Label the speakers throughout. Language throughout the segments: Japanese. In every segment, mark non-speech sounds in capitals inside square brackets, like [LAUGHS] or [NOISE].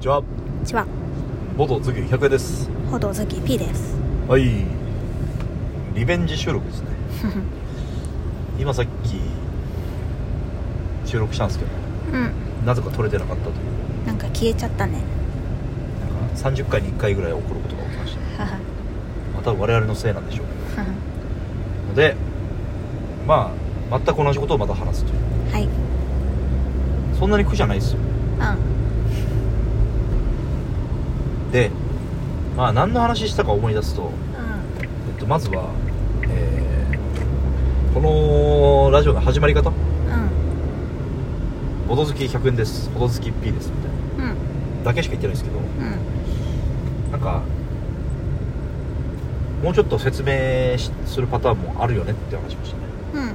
Speaker 1: ちは
Speaker 2: こんにちは
Speaker 1: 元次100円です
Speaker 2: 報道好き P です
Speaker 1: はいリベンジ収録ですね今さっき収録したんですけど
Speaker 2: うん
Speaker 1: なぜか撮れてなかったという
Speaker 2: なんか消えちゃったね
Speaker 1: なんか30回に1回ぐらい起こることが起きました
Speaker 2: はは
Speaker 1: また我々のせいなんでしょうけどのでまあ全く同じことをまた話すという
Speaker 2: はい
Speaker 1: そんなに苦じゃないですよ
Speaker 2: う
Speaker 1: でまあ何の話したか思い出すと、
Speaker 2: んうん
Speaker 1: えっと、まずは、えーこのラジオの始まり方ほど好き100円ですほど好き P ですみたい
Speaker 2: うんうん
Speaker 1: なだけしか言ってないですけど
Speaker 2: うん
Speaker 1: なんかもうちょっと説明しするパターンもあるよねって話しましたね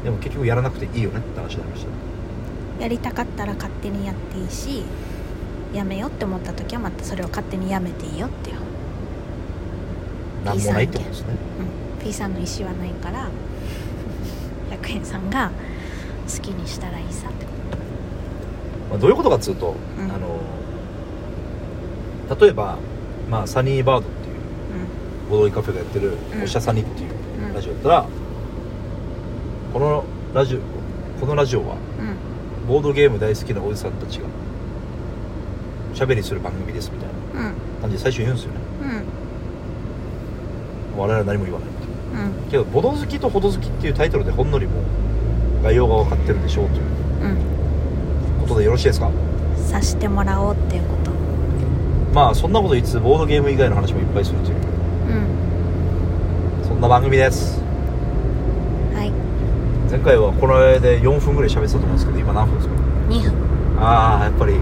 Speaker 2: う
Speaker 1: でも結局やらなくていいよねって話になりました
Speaker 2: んやりたかったら勝手にやっていいしやめようって思った時はまたそれを勝手にやめていいよっていう、
Speaker 1: なんもないってことですね
Speaker 2: うん、P さんの意思はないから100円さんが好きにしたらいいさってこ
Speaker 1: まあ、どういうことかっつうと、
Speaker 2: うん
Speaker 1: あの例えば、まあ、サニーバードっていう
Speaker 2: と
Speaker 1: 踊りカフェがやってる
Speaker 2: う
Speaker 1: 「
Speaker 2: ん
Speaker 1: おしゃさに」っていう
Speaker 2: うん
Speaker 1: ラジオだったら、このラジオこのラジオは
Speaker 2: うんうん
Speaker 1: ボードゲーム大好きなおじさんたちがしゃべりする番組ですみたいな
Speaker 2: うん
Speaker 1: 感じで最初言うんですよね
Speaker 2: うん
Speaker 1: 我々は何も言わないっていう
Speaker 2: うん
Speaker 1: けど「ボド好き」と「ほど好き」っていうタイトルでほんのりもう概要が分かってるでしょうという
Speaker 2: うん
Speaker 1: ことでよろしいですか
Speaker 2: さしてもらおうっていうこと
Speaker 1: まあそんなこと言いつつボードゲーム以外の話もいっぱいするという
Speaker 2: うん
Speaker 1: そんな番組です
Speaker 2: はい
Speaker 1: 前回はこの間で4分ぐらい喋ってたと思うんですけど今何分ですか
Speaker 2: 2分
Speaker 1: ああやっぱりい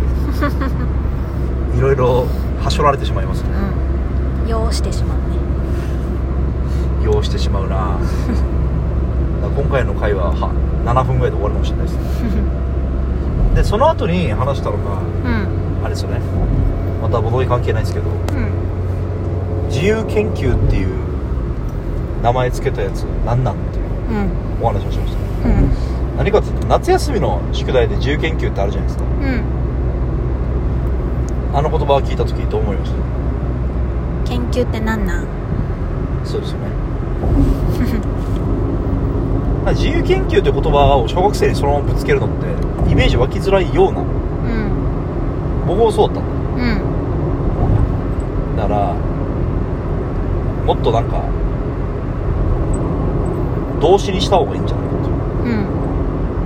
Speaker 1: ろいろはしょられてしまいますね
Speaker 2: うん用してしまうね
Speaker 1: 要してしまうなだから今回の回はは7分ぐらいで終わるかもしれないですねでその後に話したのが
Speaker 2: [LAUGHS] うん
Speaker 1: あれですよねまたボドゲ関係ないですけど
Speaker 2: うん
Speaker 1: 自由研究っていう名前つけたやつ何なんっていう
Speaker 2: うん
Speaker 1: お話をしました
Speaker 2: うん
Speaker 1: 何かっていうと夏休みの宿題で自由研究ってあるじゃないですか
Speaker 2: うん
Speaker 1: あの言葉を聞いた時どう思いまし
Speaker 2: 研究ってなんなん
Speaker 1: たそうですよねまあ自由研究という言葉を小学生にそのままぶつけるのってイメージ湧きづらいような
Speaker 2: うん
Speaker 1: 僕もそうだったんだ
Speaker 2: うん
Speaker 1: だからもっとなんか動詞にした方がいいんじゃないかという
Speaker 2: う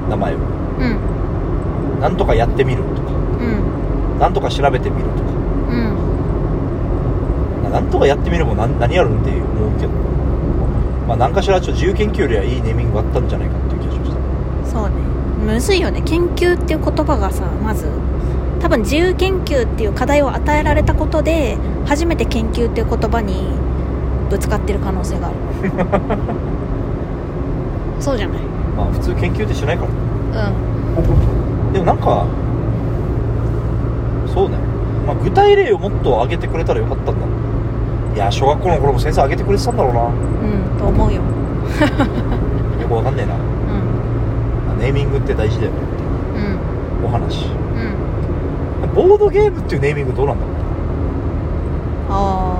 Speaker 2: ん
Speaker 1: 名前を
Speaker 2: うん
Speaker 1: なんとかやってみるとか
Speaker 2: うん
Speaker 1: なんとか調べてみるとか
Speaker 2: うん
Speaker 1: ななんとかやってみるも何何やるんって思うけどまあ何かしらちょっと自由研究よりはいいネーミングがあったんじゃないかっていう気がしました
Speaker 2: そうねむずいよね研究っていう言葉がさまず多分自由研究っていう課題を与えられたことで初めて研究っていう言葉にぶつかってる可能性 [LAUGHS] があるそうじゃない
Speaker 1: まあ普通研究ってしないから
Speaker 2: う
Speaker 1: でもなんかそうね、まあ、具体例をもっと上げてくれたらよかったんだいや小学校の頃も先生上げてくれてたんだろうん
Speaker 2: うんと思うよ
Speaker 1: なよくわかんねえな
Speaker 2: [LAUGHS] うん
Speaker 1: まあネーミングって大事だよねって
Speaker 2: うん
Speaker 1: いうお話
Speaker 2: うん
Speaker 1: ボードゲームっていうネーミングどうなんだろうね
Speaker 2: あ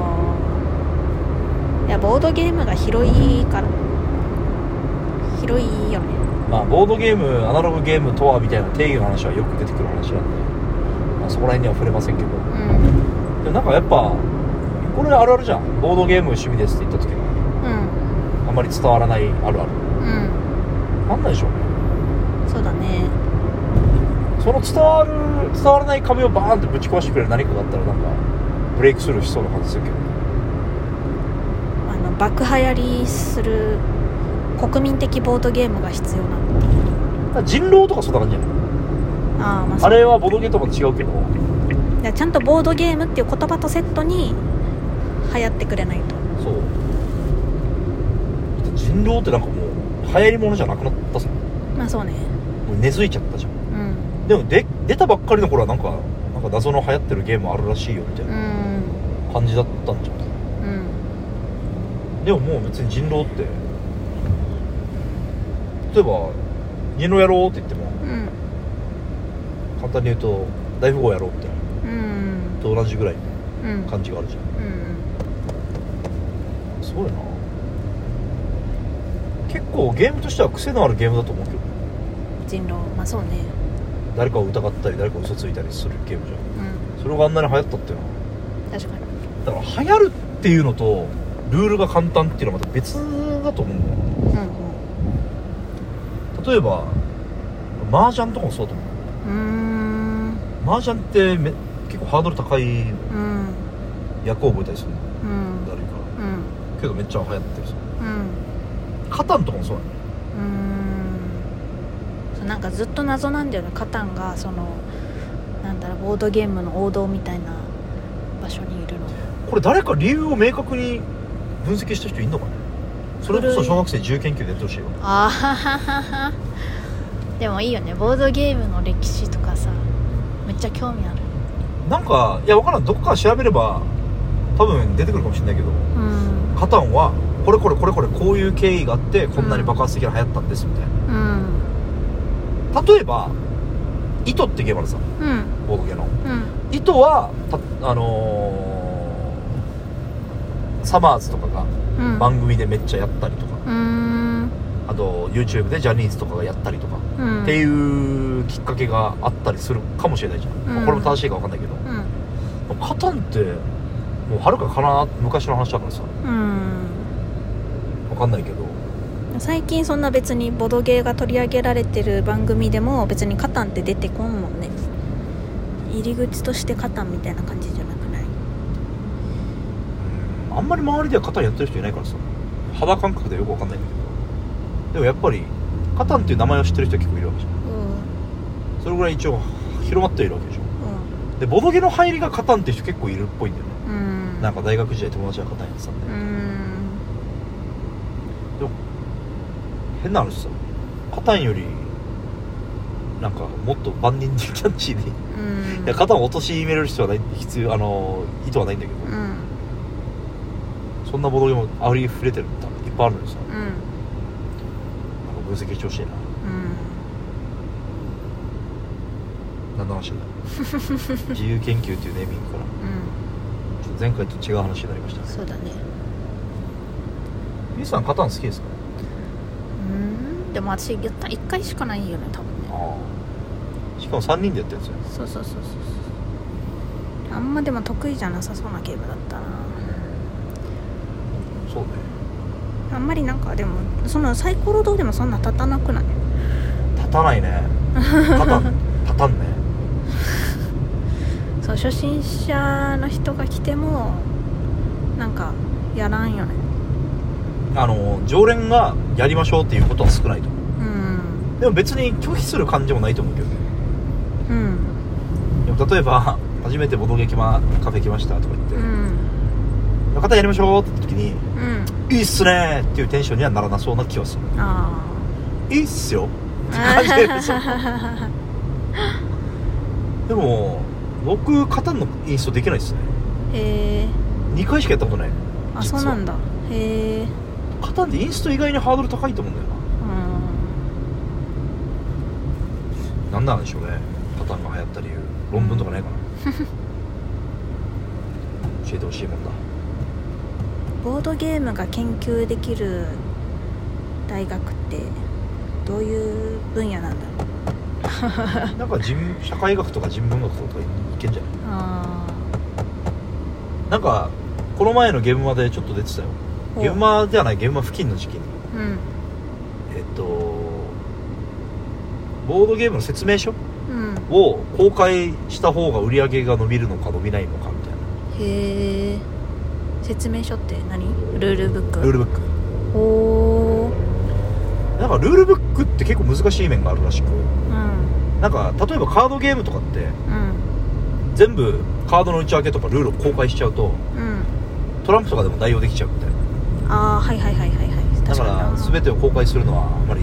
Speaker 2: あいやボードゲームが広いから広いよね
Speaker 1: まあボードゲームアナログゲームとはみたいな定義の話はよく出てくる話なんで、まあ、そこら辺には触れませんけど
Speaker 2: う
Speaker 1: で
Speaker 2: ん
Speaker 1: もなんかやっぱこれあるあるじゃんボードゲーム趣味ですって言った時に
Speaker 2: うん
Speaker 1: あんまり伝わらないあるある
Speaker 2: うん
Speaker 1: なんなんでしょうね
Speaker 2: そうだね
Speaker 1: その伝わる伝わらない壁をバーンってぶち壊してくれる何かがあったらなんかブレイクスルーしそうな感じするけど
Speaker 2: あの爆流行りする国民的ボードゲームが必要なの
Speaker 1: だから人狼とかそんな感じじゃない
Speaker 2: ああまあ
Speaker 1: あ
Speaker 2: そう
Speaker 1: れはボードゲームとも違うけど
Speaker 2: だからちゃんとボードゲームっていう言葉とセットに流行ってくれないと
Speaker 1: そうだって人狼ってなんかもう流行りものじゃなくなったさも
Speaker 2: まあそうね
Speaker 1: う根付いちゃったじゃ
Speaker 2: うんん
Speaker 1: でもで出たばっかりの頃はなんかなんか謎の流行ってるゲームあるらしいよみたいうなん感じだったんじゃん
Speaker 2: うん
Speaker 1: でももう別に人狼って例えば「家のやろう」って言っても
Speaker 2: うん
Speaker 1: 簡単に言うと「大富豪やろう」みたいな
Speaker 2: うん
Speaker 1: と同じぐらい
Speaker 2: うん
Speaker 1: 感じがあるじゃん
Speaker 2: うんうん
Speaker 1: すごいな結構ゲームとしては癖のあるゲームだと思うけど
Speaker 2: 人狼まあそうね
Speaker 1: 誰かを疑ったり誰かを嘘ついたりするゲームじゃ
Speaker 2: うん
Speaker 1: それがあんなに流行ったっていうのは
Speaker 2: ん確かに
Speaker 1: だから流行るっていうのとルールが簡単っていうのはまた別だと思うんだよ
Speaker 2: う
Speaker 1: 例えば麻雀とかもそうだと思
Speaker 2: んうんう
Speaker 1: う麻雀ってめ結構ハードル高い
Speaker 2: ーんうん
Speaker 1: 役を覚えたりするの
Speaker 2: うん
Speaker 1: だるいか
Speaker 2: うん
Speaker 1: らけどめっちゃ流行ってるさ
Speaker 2: うん
Speaker 1: カタンとかもそうなの
Speaker 2: うーんそうなんかずっと謎なんだよねカタンがそのなんだろうボードゲームの王道みたいな場所にいるの
Speaker 1: これ誰か理由を明確に分析した人いんのかねそれこそ小学生自由研究でやってほしいわ
Speaker 2: あはははでもいいよねボードゲームの歴史とかさめっちゃ興味ある
Speaker 1: なんかいやわからんどこか調べれば多分出てくるかもしれないけど
Speaker 2: うん
Speaker 1: カタンはこれこれこれこれこういう経緯があってこんなに爆発的に流行ったんですみたいな
Speaker 2: うん
Speaker 1: 例えば「糸」ってゲームあるさ
Speaker 2: うん
Speaker 1: ボードゲーの
Speaker 2: うん
Speaker 1: 「糸は」たあのーサマーズとかが
Speaker 2: うん
Speaker 1: 番組でめっちゃやったりとか、
Speaker 2: うーん
Speaker 1: あと YouTube でジャニーズとかがやったりとか、
Speaker 2: うん
Speaker 1: っていううきっかけがあったりするかもしれないじゃん、まあこれも正しいか分かんないけど
Speaker 2: ん
Speaker 1: カタンってもうはるかかな昔の話だからさ
Speaker 2: うん
Speaker 1: 分かんないけど
Speaker 2: 最近そんな別にボドゲーが取り上げられてる番組でも別にカタンって出てこんもんね入り口としてカタンみたいな感じじゃなくない
Speaker 1: あんまり周りではカタンやってる人いないからさ肌感覚ではよく分かんないんだけどでもやっぱりカタンっていう名前を知ってる人結構いるわけじゃん
Speaker 2: う
Speaker 1: それぐらい一応広まってはいるわけでしょ
Speaker 2: ん
Speaker 1: でボドゲの入りがカタンっていう人結構いるっぽいんだよね
Speaker 2: うん
Speaker 1: なんか大学時代友達がカタンやってたんで、
Speaker 2: うん
Speaker 1: 変な話さカタンよりなんかもっと万人にキャッチーでい
Speaker 2: うん
Speaker 1: やカタンを落としめる必要はない必要あの意図はないんだけど、
Speaker 2: うん
Speaker 1: そんなボドゲもありふれてるんだいっぱいあるのにさなんか
Speaker 2: うん
Speaker 1: 分析してほしいな何の [LAUGHS] 話だ自由研究っていうネーミングから
Speaker 2: うん
Speaker 1: ちょっと前回と違う話になりました
Speaker 2: うん
Speaker 1: ね
Speaker 2: そうだね
Speaker 1: ゆうさんカタン好きですか
Speaker 2: うんでも私やった1回しかないよね多分ね
Speaker 1: ああしかも3人でやってるんですよ
Speaker 2: そうそうそうそうそうあんまでも得意じゃなさそうなゲームだったな
Speaker 1: そうね
Speaker 2: あんまりなんかでもそのサイコロ堂でもそんな立たなくない
Speaker 1: 立たない [LAUGHS] ねカタン立たんね
Speaker 2: そう初心者の人が来てもなんかやらんよね
Speaker 1: あの常連がやりましょうっていうことは少ないと思
Speaker 2: うん
Speaker 1: うでも別に拒否する感じもないと思うけどね
Speaker 2: うん
Speaker 1: でも例えば初めてボドゲキマカフェ来ましたとか言って
Speaker 2: うん
Speaker 1: 「中田やりましょう」って言った時に
Speaker 2: うん
Speaker 1: 「いいっすね」っていうテンションにはならなそうな気はする
Speaker 2: あ
Speaker 1: 「いいっすよ」って感じで
Speaker 2: [LAUGHS]
Speaker 1: そう
Speaker 2: あ
Speaker 1: でも僕カタンのインストできないですね
Speaker 2: へえ
Speaker 1: 2回しかやったことない
Speaker 2: あそうなんだへえ
Speaker 1: カタンってインスト意外にハードル高いと思うんだよ
Speaker 2: うん
Speaker 1: ななんなんでしょうねカタンが流行った理由論文とかないかな
Speaker 2: [LAUGHS]
Speaker 1: 教えてほしいもんだ
Speaker 2: ボードゲームが研究できる大学ってどういう分野なんだろう
Speaker 1: なんか人社会学とか人文学とかいけんじゃな
Speaker 2: あ
Speaker 1: いなんかこの前の現場でちょっと出てたよ
Speaker 2: ほう
Speaker 1: 現場ではない現場付近の時期に
Speaker 2: ーうん
Speaker 1: えっとボードゲームの説明書
Speaker 2: うん
Speaker 1: を公開した方が売り上げが伸びるのか伸びないのかみたいな
Speaker 2: へえ説明書って何ルールブック
Speaker 1: ルールブック
Speaker 2: おお
Speaker 1: なんかルールブックって結構難しい面があるらしく
Speaker 2: うん
Speaker 1: なんか例えばカードゲームとかって
Speaker 2: うん
Speaker 1: 全部カードの内訳とかルールを公開しちゃうと
Speaker 2: うん
Speaker 1: トランプとかでも代用できちゃうみたいな
Speaker 2: ああはいはいはいはいはい
Speaker 1: だ
Speaker 2: 確
Speaker 1: か
Speaker 2: かに
Speaker 1: ら全
Speaker 2: て
Speaker 1: てを公開するのはあんまり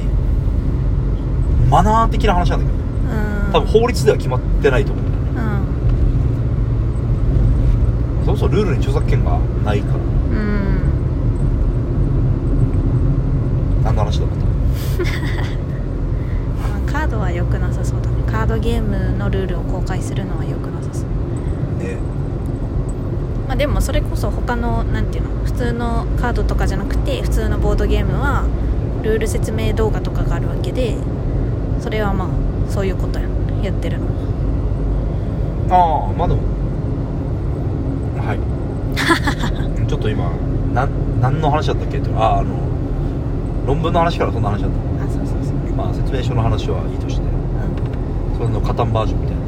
Speaker 1: マナー的な話なんだけどね
Speaker 2: うん
Speaker 1: 多分法律では決まってないと思う
Speaker 2: う
Speaker 1: そも
Speaker 2: ん
Speaker 1: そもルールに著作権がないから
Speaker 2: うん
Speaker 1: 何の話だった
Speaker 2: まあカードは良くなさそうだねカードゲームのルールを公開するのは良くなさそう
Speaker 1: ね
Speaker 2: あ、でもそれこそ他のなんていうの普通のカードとかじゃなくて普通のボードゲームはルール説明動画とかがあるわけでそれはまあそういうことややってるの
Speaker 1: ああまあでもはい [LAUGHS] ちょっと今なん何の話だったっけってあああの論文の話からそんな話だっ
Speaker 2: あそうそうそう
Speaker 1: たまあ説明書の話はいいとしてそれのカタンバージョンみたいな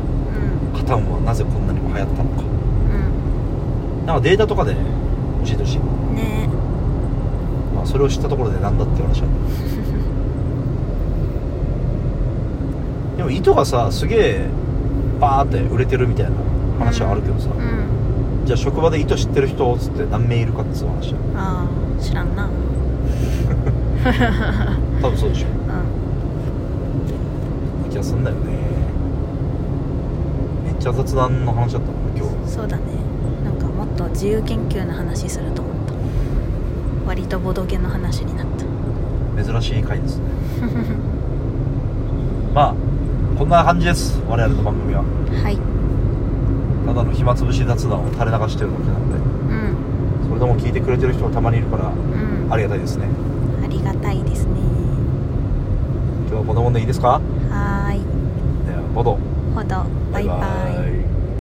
Speaker 2: う
Speaker 1: カタンはなぜこんなにも流行ったのか
Speaker 2: んうん
Speaker 1: なんかデータとかで教えてほしい、
Speaker 2: うんね
Speaker 1: まあ、それを知ったところで何だって話なんだ
Speaker 2: [LAUGHS]
Speaker 1: けどでも糸がさすげえバーって売れてるみたいな話はあるけどさ、
Speaker 2: うん
Speaker 1: じゃあ職場で糸知ってる人っつって何名いるかっつう話だよ
Speaker 2: ああ知らんな
Speaker 1: 多分そうでしょ
Speaker 2: うん
Speaker 1: 気がすんだよねめっちゃ雑談の話だったもんね今
Speaker 2: そうだねなんかもっと自由研究の話すると思った割とボドゲの話になった [LAUGHS]
Speaker 1: 日珍しい回ですねまあこんな感じです我々の番組は
Speaker 2: はい
Speaker 1: ただの暇つぶし雑談を垂れ流してるだけなんで
Speaker 2: うん
Speaker 1: それでも聞いてくれてる人がたまにいるから
Speaker 2: うん
Speaker 1: ありがたいですね
Speaker 2: ありがたいですね
Speaker 1: 今日はこんなもんでいいですか
Speaker 2: はーい
Speaker 1: ではボド
Speaker 2: ほどバイバイ
Speaker 1: イ